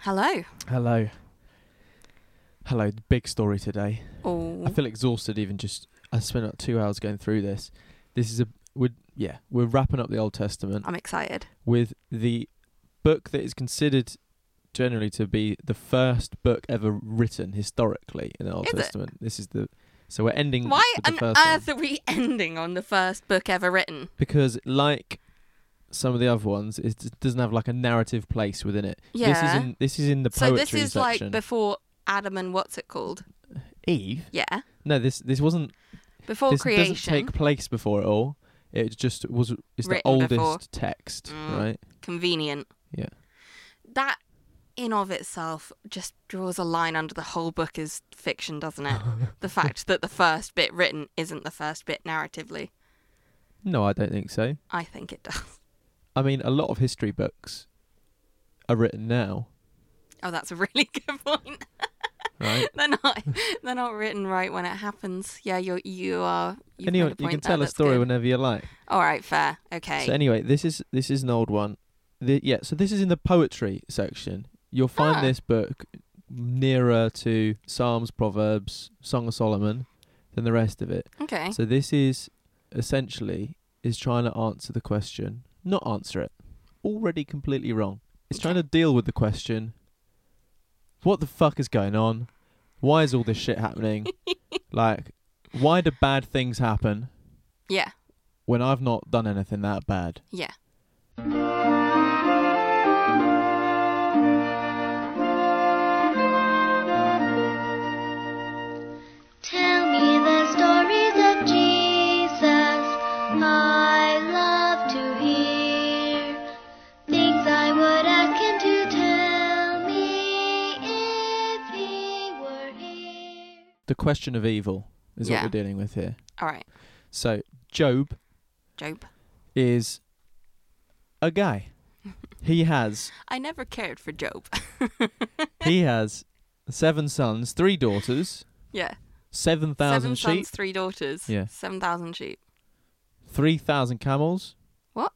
Hello. Hello. Hello. the Big story today. I Oh. feel exhausted even just. I spent about two hours going through this. This is a. We're, yeah, we're wrapping up the Old Testament I'm excited. with the book that is considered generally to be the first book ever written historically in the Old Is it? Testament. This is the. So we're ending. Why with the on first one. earth are we ending on the first book ever written? because like some of the other ones, it it doesn't have like a narrative place within it. This is Yeah. in this is in the So poetry this is section. like before Adam and what's it called? Eve. Yeah. No, this this wasn't. Before this creation. doesn't take place before at all. It just was. It's the Written oldest before. text, Mm. right? Convenient. Yeah. That in of itself just draws a line under the whole book is fiction, doesn't it? the fact that the first bit written isn't the first bit narratively. No, I don't think so. I think it does. I mean, a lot of history books are written now, Oh, that's a really good point. right? they're not they're not written right when it happens. Yeah, you're you are you've made anyway, a you can point there, tell a that's story good. whenever you like. All right, fair. Okay. So anyway, this is this is an old one. The, yeah, so this is in the poetry section. You'll find Ah. this book nearer to Psalms, Proverbs, Song of Solomon than the rest of it. okay. So this is essentially is trying to answer the question, not answer it. Already completely wrong. It's trying to deal with the question, what the fuck is going on? Why is all this shit happening? like, why do bad things happen yeah. when I've not done anything that bad? Yeah. Tell me the stories of Jesus. I love to hear things I would ask him to tell me if he were here. The question of evil is Yeah. what we're dealing with here. All right. So, Job Job. is a guy. he has I never cared for Job. he has seven sons, three daughters, yeah. seven Seven thousand sheep, sons, three daughters. Yeah. Seven thousand sheep. three thousand camels. What?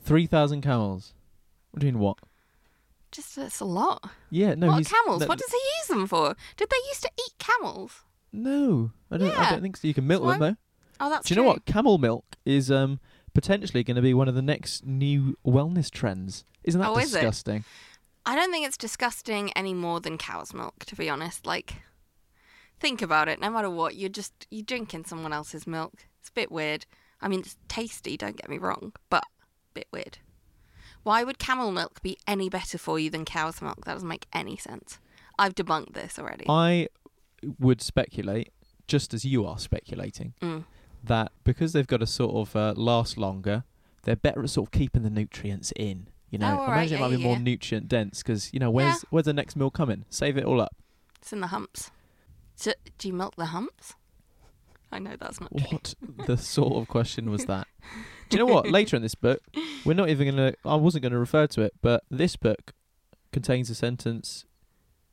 Three thousand camels. What do you mean what? Just that's a lot. Yeah, no. what he's, camels? No, what does he use them for? Did they used to eat camels? no, I don't. I Yeah. don't think so. You can milk So them I'm- though. Oh, that's do you true. know what? Camel milk is um potentially going to be one of the next new wellness trends. Isn't that Oh, is it? disgusting? I don't think it's disgusting any more than cow's milk, to be honest. Like, think about it. No matter what, you're just you're drinking someone else's milk. It's a bit weird. I mean, it's tasty. Don't get me wrong, but a bit weird. Why would camel milk be any better for you than cow's milk? That doesn't make any sense. I've debunked this already. I would speculate, just as you are speculating, Mm. that because they've got to sort of uh, last longer, they're better at sort of keeping the nutrients in. You know, Oh, all I right, imagine it yeah, might be yeah, more yeah. nutrient dense because you know where's where's the next meal coming? Save it all up. It's in the humps. So, do you milk the humps? I know that's not true. What the sort of question was that? Do you know what? Later in this book, we're not even gonna. I wasn't gonna refer to it, but this book contains a sentence: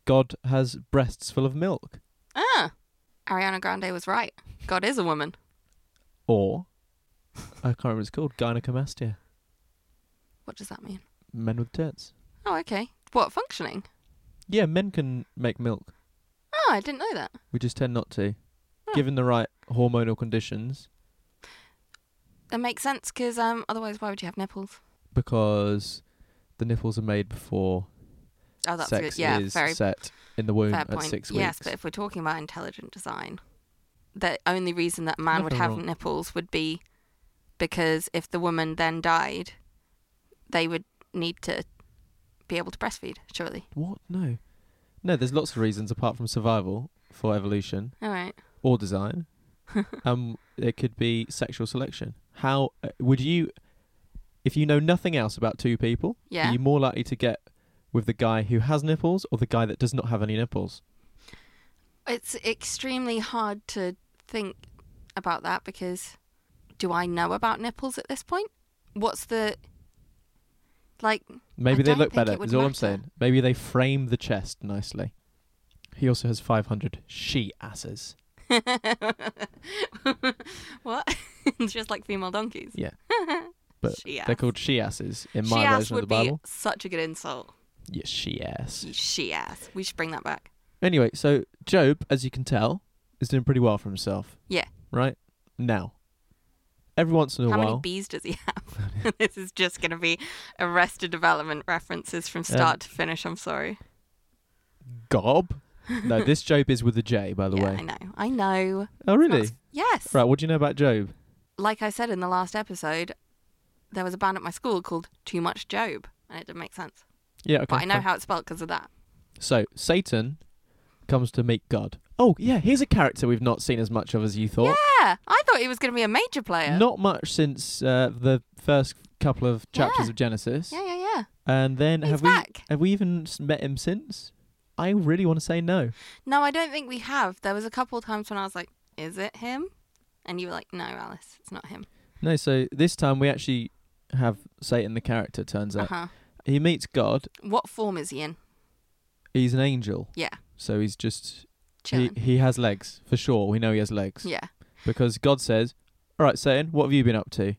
"God has breasts full of milk," Ah, Ariana Grande was right. God is a woman. or I can't remember what it's called gynecomastia, What does that mean? men with tits. Oh, okay. What functioning? Yeah, men can make milk. Oh, I didn't know that. We just tend not to, Oh. given the right hormonal conditions, That makes sense because um, otherwise, why would you have nipples? because the nipples are made before Oh, that's sex good. Yeah, is very set in the womb fair at point. six weeks. yes, but if we're talking about intelligent design, the only reason that man would Nothing have wrong. nipples would be because if the woman then died, they would need to be able to breastfeed. Surely. What? No, no. There's lots of reasons apart from survival for evolution All right. or design. um, it could be sexual selection. How uh, would you, if you know nothing else about two people, Yeah. are you more likely to get with the guy who has nipples or the guy that does not have any nipples? It's extremely hard to think about that because do I know about nipples at this point? What's the like? Maybe they don't look think it better. would Is all I'm matter. saying. Maybe they frame the chest nicely. He also has 500 she asses. what? it's just like female donkeys. Yeah, but She they're ass. called she asses in She my ass version would of the Bible. be such a good insult. Yeah, she ass. You she ass. We should bring that back. Anyway, so Job, as you can tell, is doing pretty well for himself. Yeah. Right? Now. Every once in a How while. many bees does he have? this is just going to be Arrested Development references from start to finish. I'm sorry. gob. no, this Job is with a J, by the yeah, way. I know. I know. Oh, really? That's- yes. Right, what do you know about Job? Like I said in the last episode, there was a band at my school called Too Much Job, and it didn't make sense. Yeah, okay. But I know fine. how it's spelled because of that. So, Satan comes to meet God. Oh, yeah, here's a character we've not seen as much of as you thought. Yeah, I thought he was going to be a major player. Not much since uh, the first couple of chapters Yeah. of Genesis. Yeah, yeah, yeah. And then He's have back. we have we even s- met him since? I really want to say no. No, I don't think we have. There was a couple of times when I was like, "Is it him?" And you were like, "No, Alice, it's not him." No, so this time we actually have Satan the character turns Uh up. huh. He meets God. What form is he in? He's an angel. Yeah, So he's just he, chilling. he has legs for sure. We know he has legs. yeah, Because God says, "All right, Satan, what have you been up to?"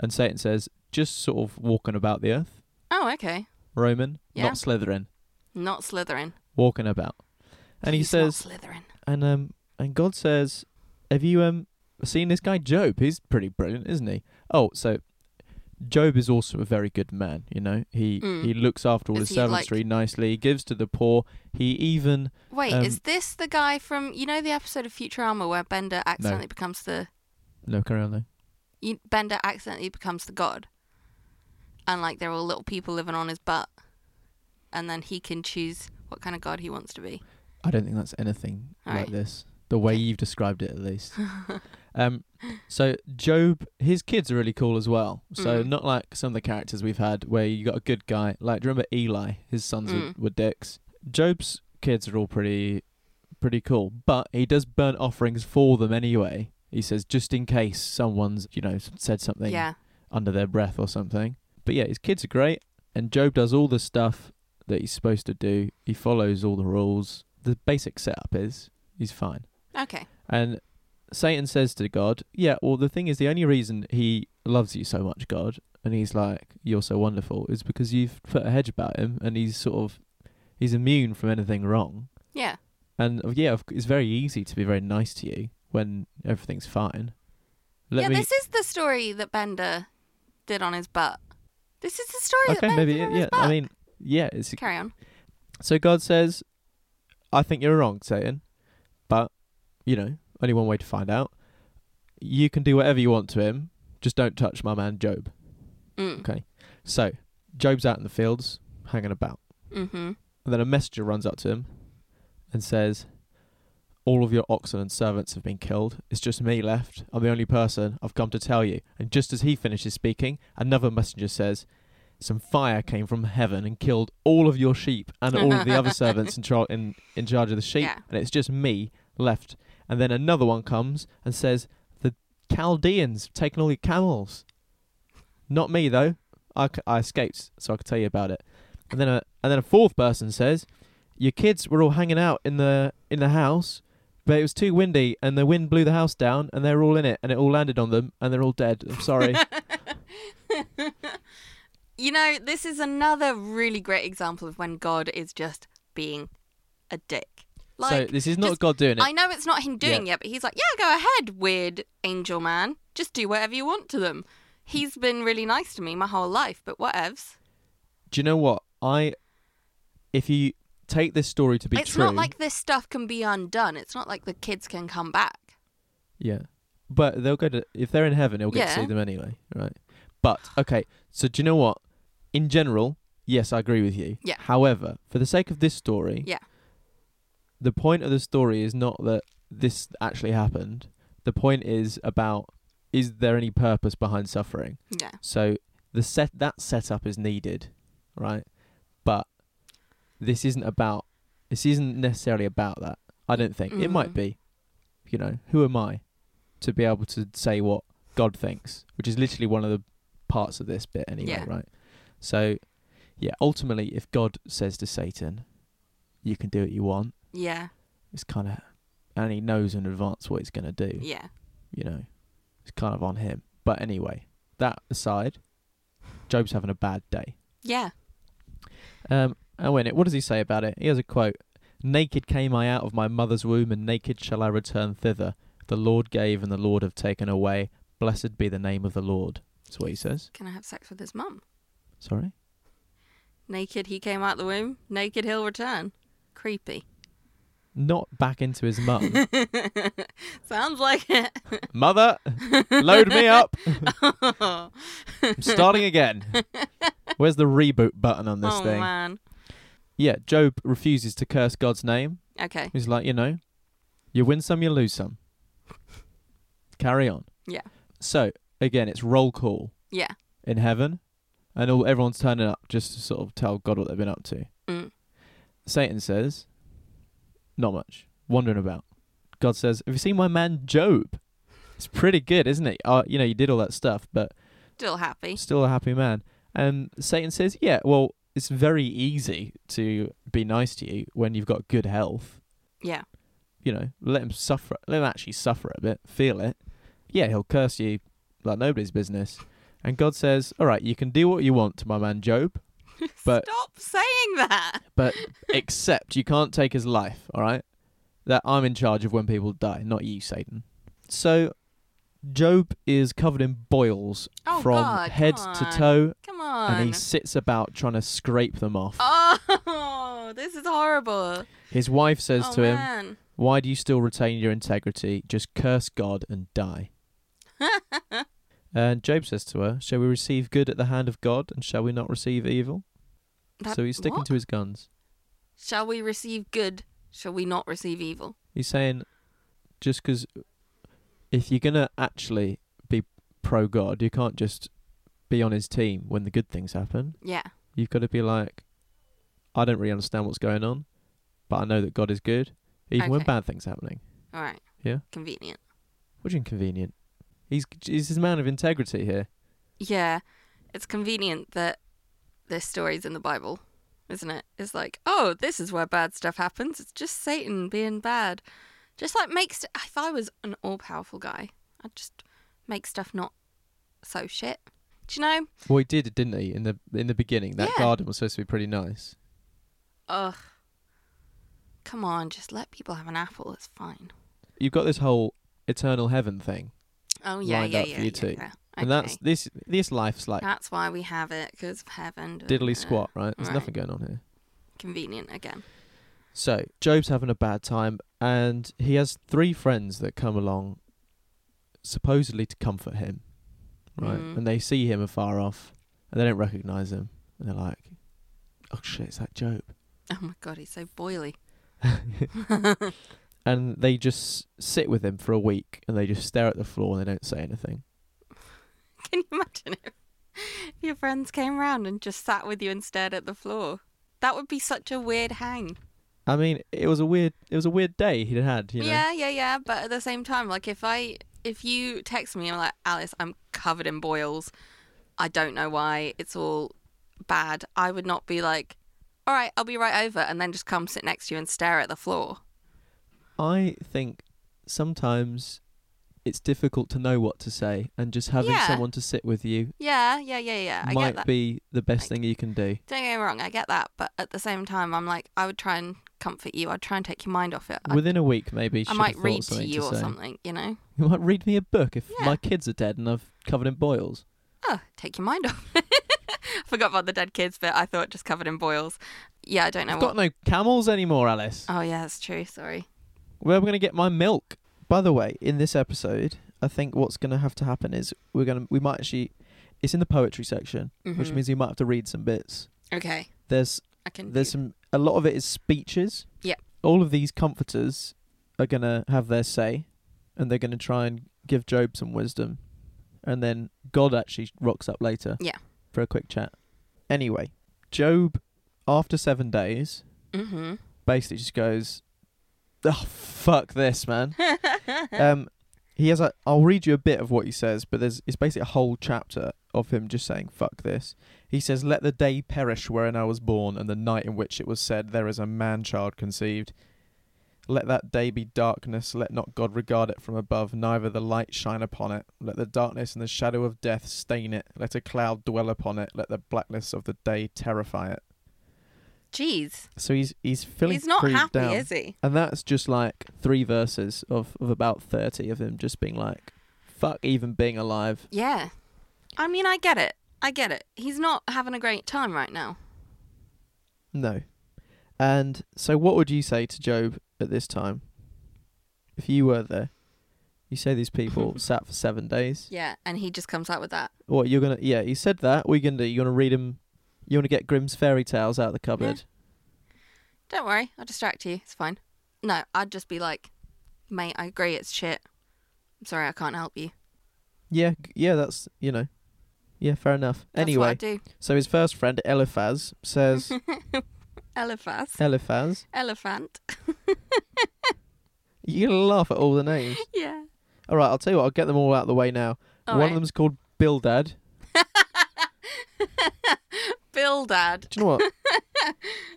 And Satan says, "Just sort of walking about the earth, Oh, okay. Roman, Yeah. not slithering, Not Slytherin. walking about." And he He's not says, Slytherin. and um and God says, "Have you um seen this guy Job? He's pretty brilliant, isn't he?" Oh, so Job is also a very good man. You know, he Mm. he looks after all Is his he, like- servants really nicely. He gives to the poor. He even Wait, Um, is this the guy from you know the episode of Futurama where Bender accidentally becomes the no carry on though. you, Bender accidentally becomes the god, and like there are little people living on his butt, and then he can choose what kind of god he wants to be. I don't think that's anything All like right. this. The way you've described it, at least. um, so Job, his kids are really cool as well. So Mm. not like some of the characters we've had, where you got a good guy. Like do you remember Eli, his sons were- Mm. were dicks. Job's kids are all pretty, pretty cool. But he does burn offerings for them anyway. He says just in case someone's, you know, s- said something Yeah, under their breath or something. But yeah, his kids are great, and Job does all the stuff that he's supposed to do. He follows all the rules. The basic setup is he's fine. okay. And Satan says to God, Yeah, well, the thing is, the only reason he loves you so much, God, and he's like, You're so wonderful, is because you've put a hedge about him, and he's sort of. He's immune from anything wrong. Yeah, And uh, yeah, of c- it's very easy to be very nice to you when everything's fine. Let yeah. me This is the story that Bender did on his butt. This is the story that Okay, Bender maybe did on yeah. his butt. I mean, yeah, it's carry on. So God says, I think you're wrong, Satan, but, you know, only one way to find out. You can do whatever you want to him, just don't touch my man Job. Mm. Okay. So, Job's out in the fields, hanging about. Mm-hmm. And then a messenger runs up to him and says, All of your oxen and servants have been killed. It's just me left. I'm the only person. I've come to tell you. And just as he finishes speaking, another messenger says, Some fire came from heaven and killed all of your sheep and all of the other servants in, char- in, in charge of the sheep. Yeah. And it's just me left. And then another one comes and says, The Chaldeans have taken all your camels. Not me, though. I, c- I escaped, so I could tell you about it. And then a and then a fourth person says, "Your kids were all hanging out in the in the house, but it was too windy, and the wind blew the house down, and they're all in it, and it all landed on them, and they're all dead. I'm sorry." You know, this is another really great example of when God is just being a dick. so Like, this is not just- God doing it. I know it's not him doing it, but he's like, yeah, go ahead, weird angel man. Just do whatever you want to them. He's been really nice to me my whole life, but whatevs. Do you know what I? If you take this story to be it's true, not like this stuff can be undone. It's not like the kids can come back. yeah, but they'll go to if they're in heaven, they'll get to Yeah. see them anyway, right? But okay, so do you know what? In general, yes, I agree with you. Yeah. However, for the sake of this story, Yeah. the point of the story is not that this actually happened. The point is about is there any purpose behind suffering? Yeah. So the set that setup is needed, right? But this isn't about this isn't necessarily about that. I don't think it might Mhm. be. You know, who am I to be able to say what God thinks, which is literally one of the parts of this bit anyway, Yeah. right? So yeah, ultimately if God says to Satan, you can do what you want, Yeah. it's kind of and he knows in advance what he's going to do Yeah. you know it's kind of on him but anyway that aside job's having a bad day Yeah. Um, and when it, what does he say about it? He has a quote: "Naked came I out of my mother's womb, and naked shall I return thither. The Lord gave, and the Lord have taken away. Blessed be the name of the Lord." That's what he says. Can I have sex with his mum? Sorry. Naked he came out the womb, naked he'll return. Creepy. Not back into his mum. Sounds like it. Mother, load me up. I'm starting again. Where's the reboot button on this oh thing? man. Yeah, Job refuses to curse God's name. Okay. He's like, you know, you win some, you lose some. Carry on. Yeah. So again, it's roll call Yeah. in heaven, and all everyone's turning up just to sort of tell God what they've been up to. Mm. Satan says, not much, wandering about. God says, have you seen my man Job? It's pretty good, isn't it? Uh, you know, you did all that stuff, but Still happy. still a happy man. And Satan says, yeah, well, it's very easy to be nice to you when you've got good health Yeah. you know, let him suffer. Let him actually suffer a bit, feel it. Yeah, he'll curse you like nobody's business. And God says, "All right, you can do what you want to my man Job, But- Stop saying that. but except you can't take his life. All right, that I'm in charge of when people die, not you, Satan." So, Job is covered in boils Oh, from God, head come to on. toe, Come on. and he sits about trying to scrape them off. Oh, this is horrible. His wife says oh, to him, man. Why do you still retain your integrity? Just curse God and die. and Job says to her, Shall we receive good at the hand of God, and shall we not receive evil? That- so he's sticking what? to his guns. Shall we receive good? Shall we not receive evil? He's saying, just 'cause if you're going to actually be pro God, you can't just be on his team when the good things happen. Yeah. You've got to be like, I don't really understand what's going on, but I know that God is good, even when Okay. bad things are happening. All right. Yeah. Convenient. Which inconvenient. He's, he's his man of integrity here. Yeah. It's convenient that this story's in the Bible, isn't it? It's like, oh, this is where bad stuff happens. It's just Satan being bad. Just like makes if I was an all powerful guy, I'd just make stuff not so shit. Do you know? Well, he did, didn't he? In the in the beginning, that Yeah. garden was supposed to be pretty nice. Ugh. Come on, just let people have an apple. It's fine. You've got this whole eternal heaven thing, Oh yeah, Lined yeah, up for yeah, you yeah, too. yeah. and that's Okay. Ah, this this life's like That's why we have it because of heaven. diddly squat, right? There's uh, Right. nothing going on here. Convenient again. So Job's having a bad time, and he has three friends that come along, supposedly to comfort him, right? Mhm. And they see him afar off, and they don't recognize him, and they're like, "Oh shit, it's that Job." Oh my god, he's so boily. and they just sit with him for a week, and they just stare at the floor, and they don't say anything. Can you imagine if your friends came round and just sat with you and stared at the floor? That would be such a weird hang. I mean, it was a weird, it was a weird day he'd had. You know, Yeah, yeah, yeah. But at the same time, like if I if you text me, I'm like Alice, I'm covered in boils. I don't know why. It's all bad. I would not be like, all right, I'll be right over, and then just come sit next to you and stare at the floor. I think sometimes it's difficult to know what to say, and just having Yeah. someone to sit with you Yeah, yeah, yeah, yeah. I get might that. be the best Like- thing you can do. Don't get me wrong, I get that, but at the same time, I'm like, I would try and comfort you. I'd try and take your mind off it. I, Within a week, maybe I should might have thought read to something you or say. something, you know? You might read me a book if Yeah. my kids are dead and I've covered in boils. Oh, take your mind off. I forgot about the dead kids bit. I thought just covered in boils. Yeah, I don't know I've what. got no camels anymore, Alice. Oh, yeah, that's true. Sorry. Where am I going to get my milk? By the way, in this episode, I think what's going to have to happen is we're going to we might actually it's in the poetry section, which Mhm. means we might have to read some bits. Okay, There's I can. there's do- some a lot of it is speeches. Yeah. All of these comforters are gonna have their say, and they're gonna try and give Job some wisdom, and then God actually rocks up later. Yeah. For a quick chat. Anyway, Job, after seven days, Mhm. basically just goes, "Oh fuck this, man." um, he has a. I'll read you a bit of what he says, but there's it's basically a whole chapter of him just saying "fuck this." He says, "Let the day perish wherein I was born, and the night in which it was said there is a man child conceived." Let that day be darkness, let not God regard it from above, neither the light shine upon it. Let the darkness and the shadow of death stain it, let a cloud dwell upon it, let the blackness of the day terrify it. Jeez. So he's he's filling He's not Creed happy, down. is he? And that's just like three verses of, of about 30 of him just being like, fuck even being alive. Yeah. I mean, I get it. I get it. He's not having a great time right now. No. And so, what would you say to Job at this time? If you were there, you say these people sat for seven days. Yeah, and he just comes out with that. What, you're going to, yeah, he said that. What are you going to do? You're going to read him, you want to get Grimm's fairy tales out of the cupboard. Don't worry, I'll distract you. It's fine. No, I'd just be like, mate, I agree, it's shit. I'm sorry, I can't help you. Yeah, g- yeah, that's, you know, yeah, fair enough. That's anyway, what I do. so his first friend, Eliphaz, says, Eliphaz. Eliphaz, Elephant. you gonna laugh at all the names. yeah. All right, I'll tell you what. I'll get them all out of the way now. All One right. of them's called Bildad. Bildad. Do you know what?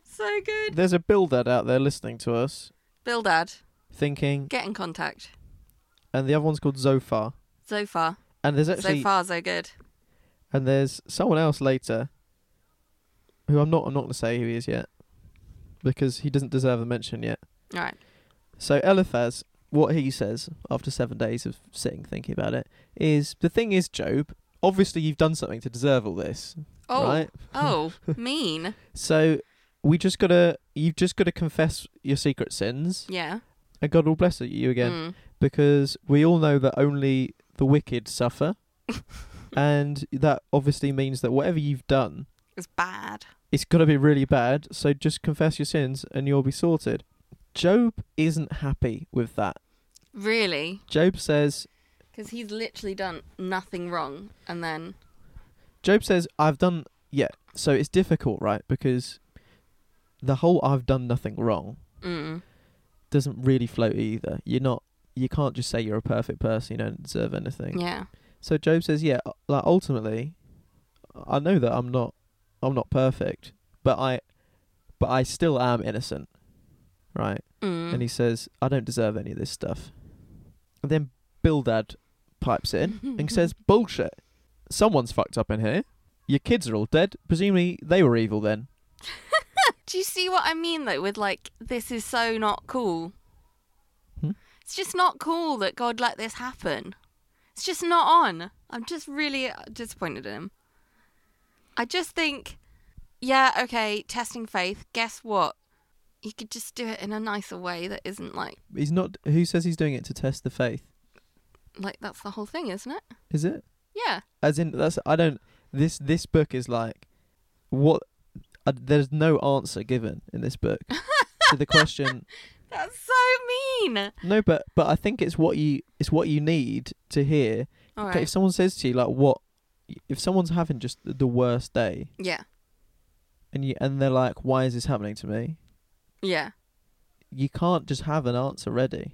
So good. There's a Bildad out there listening to us, Bildad. thinking, Get in contact. and the other one's called Zophar. So far. And there's actually, so far, so good. and there's someone else later, who I'm not, I'm not gonna say who he is yet, because he doesn't deserve a mention yet. All right. So Eliphaz, what he says after seven days of sitting thinking about it is, the thing is, Job, obviously you've done something to deserve all this, Oh. right? Oh. mean. So we just gotta, you've just gotta confess your secret sins. Yeah. and God will bless you again Mm. because we all know that only the wicked suffer, and that obviously means that whatever you've done, It's bad. it's got to be really bad. So just confess your sins and you'll be sorted. Job isn't happy with that. Really. Job says, Because he's literally done nothing wrong. And then. Job says, I've done yeah. So it's difficult, right? Because the whole I've done nothing wrong Mm. doesn't really float either. You're not. You can't just say you're a perfect person. You don't deserve anything. Yeah. So Job says, "Yeah, u- like ultimately, I know that I'm not, I'm not perfect, but I, but I still am innocent, right?" Mm. And he says, "I don't deserve any of this stuff." And then Bildad pipes in and says, "Bullshit! Someone's fucked up in here. Your kids are all dead. Presumably they were evil then." Do you see what I mean though? With like, this is so not cool. Hmm? It's just not cool that God let this happen. It's just not on. I'm just really uh, disappointed in him. I just think, yeah, okay, testing faith. Guess what? You could just do it in a nicer way that isn't like He's not. Who says he's doing it to test the faith? like that's the whole thing, isn't it? Is it? Yeah. As in, that's I don't. This this book is like, what? Uh, there's no answer given in this book to the question. That's so mean. No, but but I think it's what you it's what you need to hear. All Okay, right. if someone says to you like, what? If someone's having just the worst day, Yeah. and you and they're like, why is this happening to me? Yeah. You can't just have an answer ready.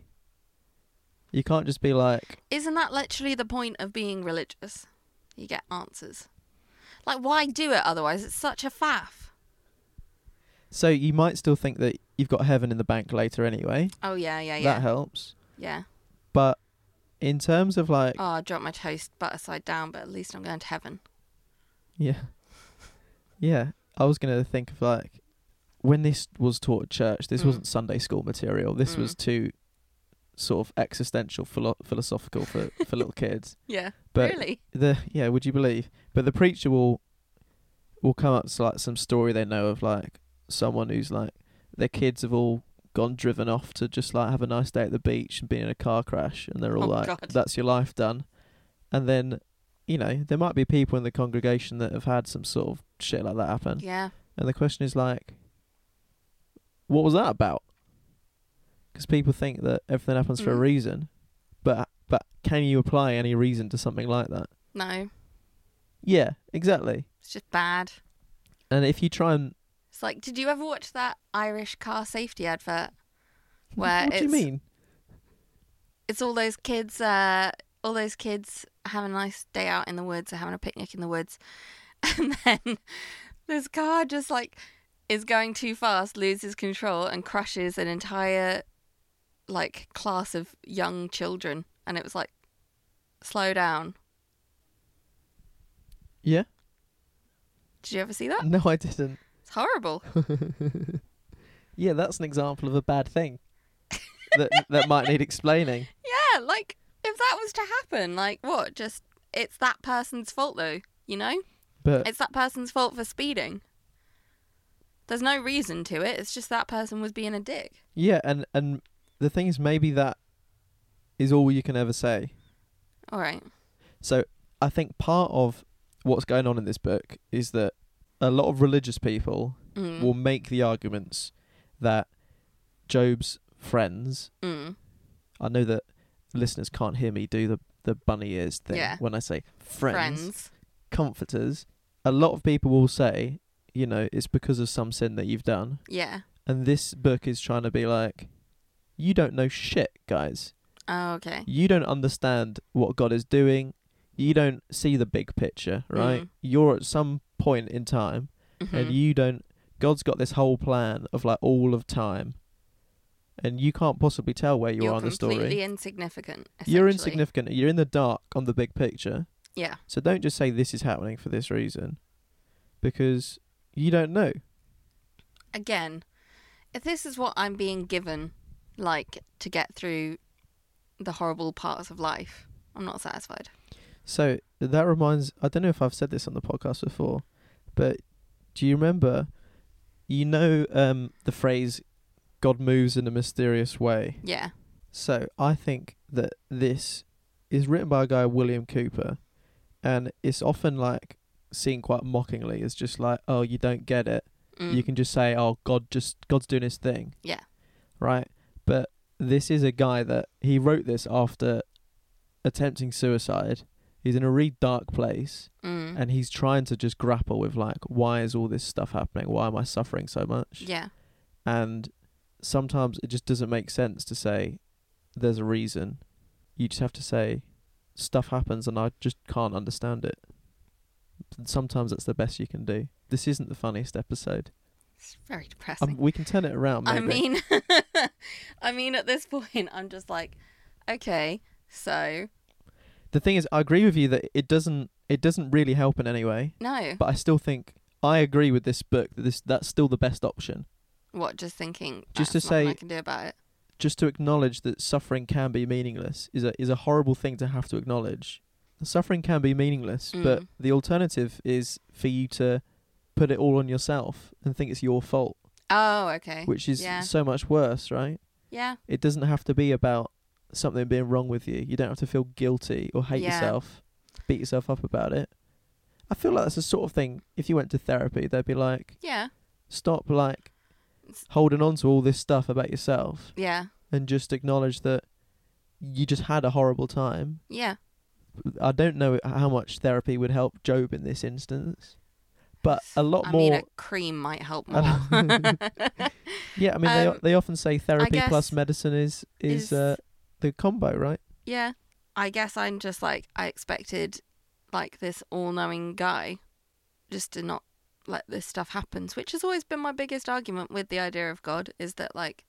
You can't just be like, Isn't that literally the point of being religious? You get answers. Like, why do it otherwise? It's such a faff. so you might still think that you've got heaven in the bank later anyway. Oh, yeah, yeah, That yeah. helps. yeah. But in terms of like, Oh, I dropped my toast butter side down, but at least I'm going to heaven. Yeah. Yeah. I was going to think of like when this was taught at church, this Mm. wasn't Sunday school material. This was Mm. too sort of existential, philo- philosophical for, for little kids. Yeah. But really? the yeah, would you believe? But the preacher will will come up to like some story they know of like someone who's like their kids have all gone driven off to just like have a nice day at the beach and be in a car crash and they're all Oh, like God. that's your life done. And then you know, there might be people in the congregation that have had some sort of shit like that happen. Yeah. And the question is like what was that about? Because people think that everything happens for a Mm. reason, but but can you apply any reason to something like that? No, Yeah, exactly. it's just bad. And if you try and It's like, did you ever watch that Irish car safety advert? Where what it's do you mean? it's all those kids, uh, all those kids having a nice day out in the woods or having a picnic in the woods, and then this car just like is going too fast, loses control, and crushes an entire like class of young children. And it was like, slow down. Yeah. Did you ever see that? No, I didn't. It's It's horrible. Yeah, that's an example of a bad thing that that might need explaining. Yeah, like if that was to happen, like what? Just it's that person's fault though, you know? But It's that person's fault for speeding. There's no reason to it. It's just that person was being a dick. yeah, and and the thing is, maybe that is all you can ever say. All right. So I think part of what's going on in this book is that a lot of religious people Mm. will make the arguments that Job's friends. mm. I know that listeners can't hear me do the the bunny ears thing Yeah. when I say friends. Friends. comforters, a lot of people will say, you know, it's because of some sin that you've done. Yeah. And this book is trying to be like, you don't know shit, guys. Oh, okay. You don't understand what God is doing. You don't see the big picture, right? Mm. You're at some point in time and Mhm. you don't. God's got this whole plan of like all of time. And you can't possibly tell where you You're are on the completely story. insignificant. You're essentially. insignificant. You're in the dark on the big picture. Yeah. So don't just say this is happening for this reason, because you don't know. Again, if this is what I'm being given, like to get through the horrible parts of life, I'm not satisfied. So that reminds. I don't know if I've said this on the podcast before, but do you remember? You know um, the phrase "God moves in a mysterious way." Yeah. So I think that this is written by a guy William Cooper, and it's often like seen quite mockingly as just like, "Oh, you don't get it." Mm. you can just say oh god just god's doing his thing Yeah. right but this is a guy that he wrote this after attempting suicide he's in a really dark place Mm. and he's trying to just grapple with like why is all this stuff happening why am i suffering so much Yeah. and sometimes it just doesn't make sense to say there's a reason you just have to say stuff happens and i just can't understand it sometimes that's the best you can do this isn't the funniest episode It's very depressing. um, we can turn it around. Maybe. I mean, I mean, at this point, I'm just like, okay, so the thing is, I agree with you that it doesn't it doesn't really help in any way. no, But I still think I agree with this book that this that's still the best option. what? Just thinking. Just "That's to nothing say- I can do about it. Just to acknowledge that suffering can be meaningless is a is a horrible thing to have to acknowledge. Suffering can be meaningless, but Mm. the alternative is for you to put it all on yourself and think it's your fault, Oh, okay. which is yeah, so much worse, right? yeah, It doesn't have to be about something being wrong with you. You don't have to feel guilty or hate Yeah. yourself, beat yourself up about it. I feel like that's the sort of thing. If you went to therapy, they'd be like, yeah, stop like It's- holding on to all this stuff about yourself yeah, and just acknowledge that you just had a horrible time. yeah. I don't know how much therapy would help Job in this instance, but a lot I more. mean, a cream might help I more. yeah, I mean, um, they they often say therapy plus guess medicine is is, is- uh, the combo, right? yeah, I guess I'm just like I expected, like this all-knowing guy, just to not let this stuff happen, which has always been my biggest argument with the idea of God is that like,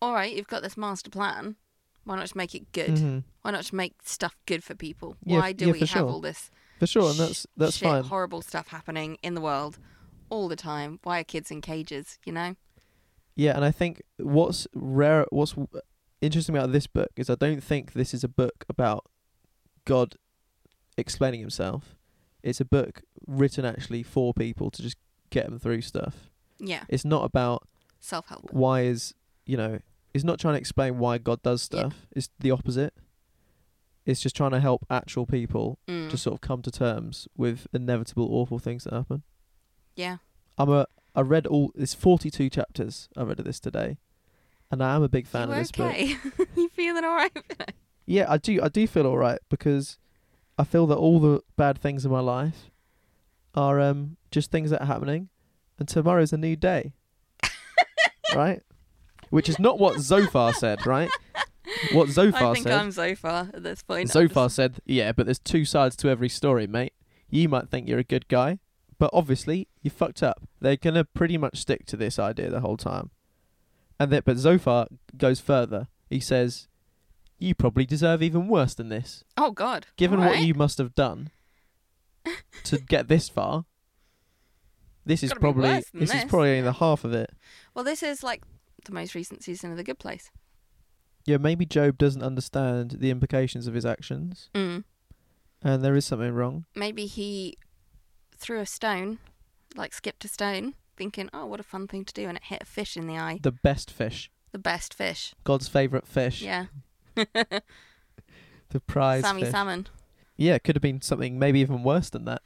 all right, you've got this master plan. Why not just make it good? Mhm. Why not just make stuff good for people? Yeah, Why do yeah, we for have sure. all this For sure, and sh- that's that's shit, fine. horrible stuff happening in the world all the time? Why are kids in cages? You know? Yeah, and I think what's rare, what's w- interesting about this book is I don't think this is a book about God explaining himself. It's a book written actually for people to just get them through stuff. Yeah, It's not about self help. why is you know. It's not trying to explain why God does Yeah. stuff. It's the opposite. It's just trying to help actual people Mm. to sort of come to terms with inevitable awful things that happen. Yeah, I'm a I read all it's 42 chapters I read of this today. And I am a big fan you of this book. okay? you feeling all right? Yeah, I do I do feel all right because I feel that all the bad things in my life are um just things that are happening and tomorrow's a new day. right? Which is not what Zophar said, right? What Zophar I think said. I'm Zophar at this point. I'm Zophar said, "Yeah, but there's two sides to every story, mate. You might think you're a good guy, but obviously you fucked up. They're gonna pretty much stick to this idea the whole time." And that, but Zophar goes further. He says, "You probably deserve even worse than this, just- oh God! given what Alright. you must have done to get this far. This is Gotta be probably worse than this, is this. probably only the half of it. Well, this is like the most recent season of The Good Place. Yeah, maybe Job doesn't understand the implications of his actions, Mm. and there is something wrong. Maybe he threw a stone, like skipped a stone, thinking, oh, what a fun thing to do. And it hit a fish in the eye. The best fish, The best fish. God's favorite fish, Yeah. the prize Sammy fish. Salmon. Yeah, it could have been something maybe even worse than that.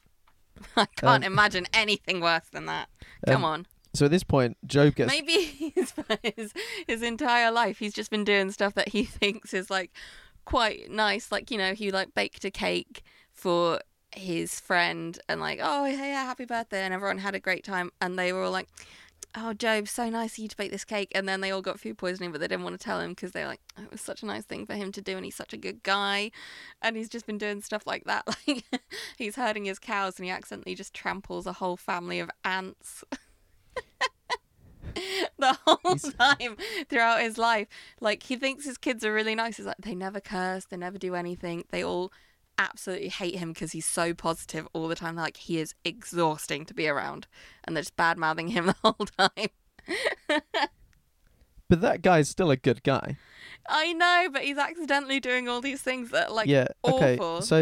I can't Um, imagine anything worse than that. um, Come on. So at this point, Job gets Maybe his, his his entire life he's just been doing stuff that he thinks is like quite nice. Like you know, he like baked a cake for his friend and like, oh hey, yeah, happy birthday, and everyone had a great time, and they were all like. Oh, Job, so nice of you to bake this cake. And then they all got food poisoning, but they didn't want to tell him because they were like, oh, it was such a nice thing for him to do, and he's such a good guy. And he's just been doing stuff like that. Like, he's herding his cows, and he accidentally just tramples a whole family of ants the whole He's- time throughout his life. Like he thinks his kids are really nice. He's like they never curse, they never do anything. They all absolutely hate him because he's so positive all the time. They're like he is exhausting to be around, and they're just bad mouthing him the whole time. But that guy's still a good guy. I know, but he's accidentally doing all these things that are, like yeah. awful. Okay. So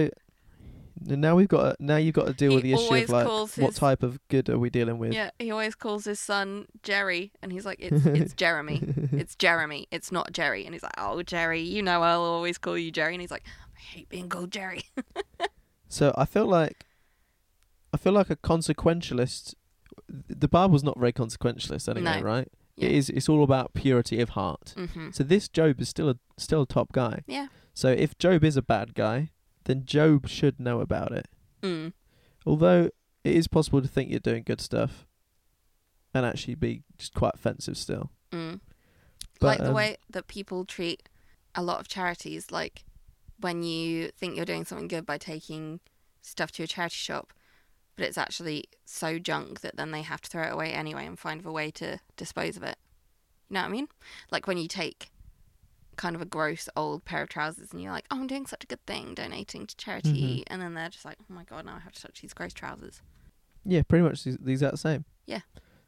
n- now we've got to, now you've got to deal He with the issue always of like calls what his- type of good are we dealing with? yeah. He always calls his son Jerry, and he's like it's it's Jeremy. It's Jeremy. It's not Jerry. And he's like, oh Jerry, you know I'll always call you Jerry. And he's like, I hate being called Jerry. So I feel like I feel like a consequentialist. The Bible's not very consequentialist anyway, No. right? Yeah. It is. It's all about purity of heart. mm-hmm. So this Job is still a still a top guy. Yeah. So if Job is a bad guy, then Job should know about it. Mm. Although it is possible to think you're doing good stuff, and actually be just quite offensive still. Mm. But, like the um, way that people treat a lot of charities, like when you think you're doing something good by taking stuff to a charity shop, but it's actually so junk that then they have to throw it away anyway and find a way to dispose of it. You know what I mean? Like when you take kind of a gross old pair of trousers and you're like, oh, I'm doing such a good thing donating to charity. Mm-hmm. And then they're just like, oh my God, now I have to touch these gross trousers. Yeah, pretty much the the exact same. Yeah.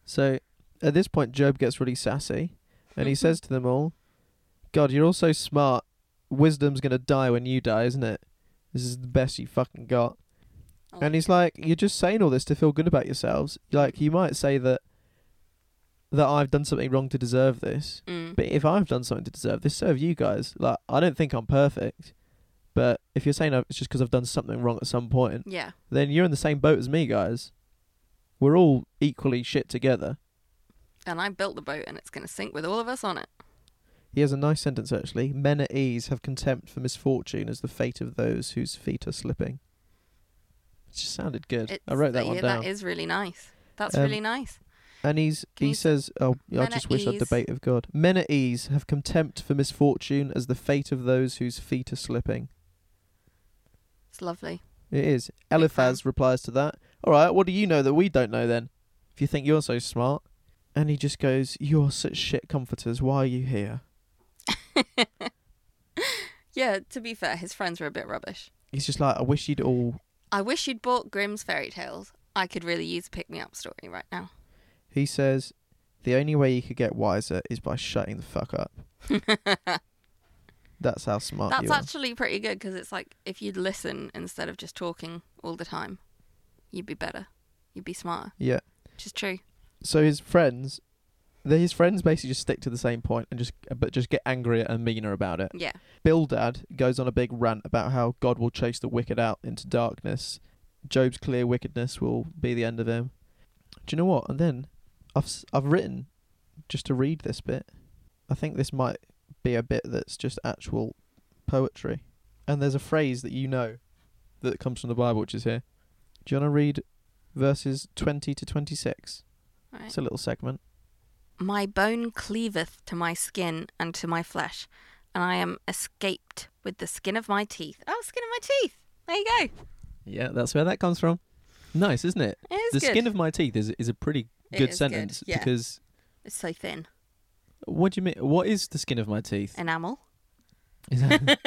So at this point, Job gets really sassy, and Mm-hmm. he says to them all, "God, you're all so smart. Wisdom's gonna die when you die, isn't it? This is the best you fucking got." I And he's like, "You're just saying all this to feel good about yourselves. Like you might say that that I've done something wrong to deserve this, Mm. but if I've done something to deserve this, so have you guys. Like I don't think I'm perfect." But if you're saying uh, it's just because I've done something wrong at some point, Yeah. then you're in the same boat as me, guys. We're all equally shit together. And I built the boat and it's going to sink with all of us on it. He has a nice sentence actually. Men at ease have contempt for misfortune as the fate of those whose feet are slipping. It just sounded good. I wrote that yeah, one down. That is really nice. That's Um, really nice. and he's Can he you s- says, "Oh, I Men just at wish I'd ease. debate with God." Men at ease have contempt for misfortune as the fate of those whose feet are slipping. It's lovely. It is. fan. Eliphaz replies to that. All right, what do you know that we don't know then? If you think you're so smart. And he just goes, You're such shit comforters. Why are you here? Yeah, to be fair, his friends were a bit rubbish. He's just like, I wish you'd all. I wish you'd bought Grimm's fairy tales. I could really use a pick me up story right now. He says, The only way you could get wiser is by shutting the fuck up. That's how smart That's you are. actually pretty good because it's like if you'd listen instead of just talking all the time, you'd be better. You'd be smarter, yeah. which is true. So his friends. the- His friends basically just stick to the same point and just but just get angrier and meaner about it. Yeah. Bildad goes on a big rant about how God will chase the wicked out into darkness. Job's clear wickedness will be the end of him. Do you know what? And then I've s- I've written just to read this bit. I think this might be a bit that's just actual poetry. And there's a phrase that you know that comes from the Bible, which is here. Do you want to read verses 20 to 26? Right. It's a little segment. My bone cleaveth to my skin and to my flesh, and I am escaped with the skin of my teeth. Oh, skin of my teeth. There you go. Yeah, that's where that comes from. Nice, isn't it? It is the good. skin of my teeth is is a pretty It good is good, sentence yeah. because it's so thin. What do you mean? What is the skin of my teeth? Enamel. Is that-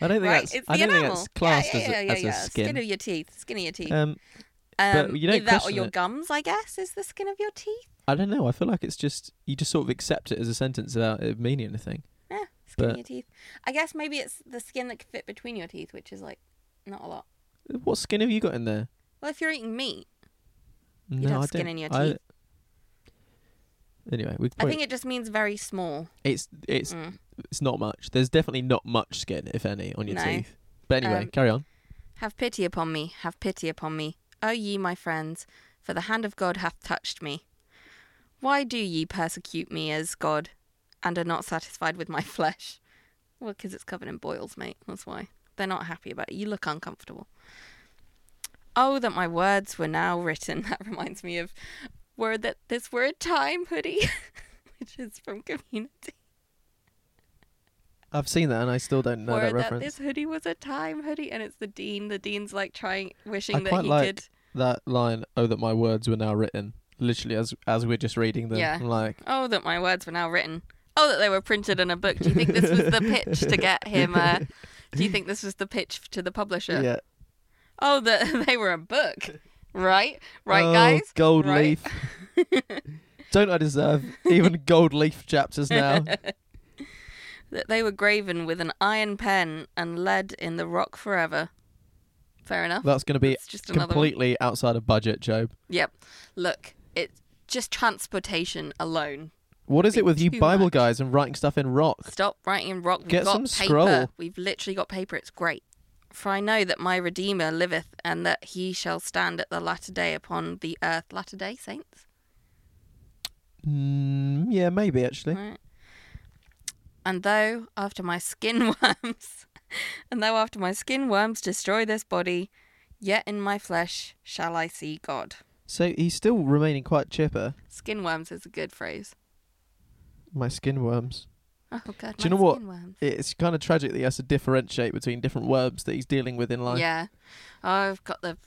I don't right? think that's. It's the I don't enamel. think that's classed yeah, yeah, as a, yeah, as yeah. a skin. of your teeth. Skin of your teeth. um, Um, you don't either that or question your it. gums, I guess, is the skin of your teeth. I don't know. I feel like it's just you just sort of accept it as a sentence without it meaning anything. Yeah, skin But- of your teeth. I guess maybe it's the skin that can fit between your teeth, which is like not a lot. What skin have you got in there? Well, if you're eating meat, No, have I skin don't- in your I- teeth. Anyway, we could I probably- think it just means very small. it's it's Mm. it's not much. There's definitely not much skin, if any, on your No. teeth. But anyway, Um, carry on. Have pity upon me, have pity upon me, O ye my friends, for the hand of God hath touched me. Why do ye persecute me as God, and are not satisfied with my flesh? Well, 'cause it's covered in boils, mate. That's why. They're not happy about it. You look uncomfortable. Oh, that my words were now written. That reminds me of word that this word time hoodie, which is from community. I've seen that and I still don't know word that that, reference. this hoodie was a time hoodie, and it's the dean. The dean's like trying, wishing I that quite he like could. that line, "Oh, that my words were now written," literally as as we're just reading them. Yeah. I'm like, Oh, that my words were now written. Oh, that they were printed in a book. Do you think this was the pitch to get him? Uh, do you think this was the pitch to the publisher? yeah, Oh, that they were a book. Right, right, Oh, guys. gold Right. leaf. don't I deserve even gold leaf chapters now? That they were graven with an iron pen and lead in the rock forever. Fair enough. That's going to be It's just another. one. completely outside of budget, Job. Yep. Look, it's just transportation alone What is Be it with you too Bible much. guys and writing stuff in rock? Stop writing in rock. We've Get got some paper. scroll. We've literally got paper. It's great. For I know that my Redeemer liveth, and that he shall stand at the latter day upon the earth. Latter day saints. Mm, yeah, maybe actually. Right. And though after my skin worms, and though after my skin worms destroy this body, yet in my flesh shall I see God. So he's still remaining quite chipper. Skin worms is a good phrase. My skin worms. Oh God. Do you my know what? skin worms. It's kind of tragic that he has to differentiate between different worms that he's dealing with in life. Yeah. Oh, I've got the,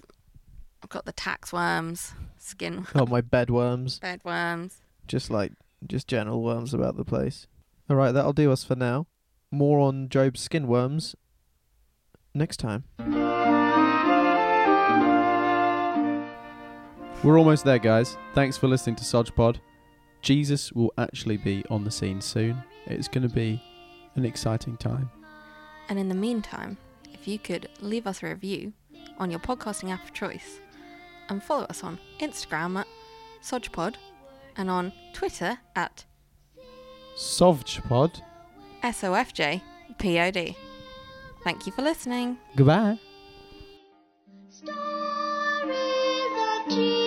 I've got the tax worms, skin Oh, my bed worms. bed worms. Just like, just general worms about the place. All right, that'll do us for now. More on Job's skin worms next time. We're almost there, guys. Thanks for listening to Sodge Pod. Jesus will actually be on the scene soon. It's going to be an exciting time. And in the meantime, if you could leave us a review on your podcasting app of choice and follow us on Instagram at SodgePod and on Twitter at Sovj Pod. SOFJPOD. Thank you for listening. Goodbye. Stories of Jesus.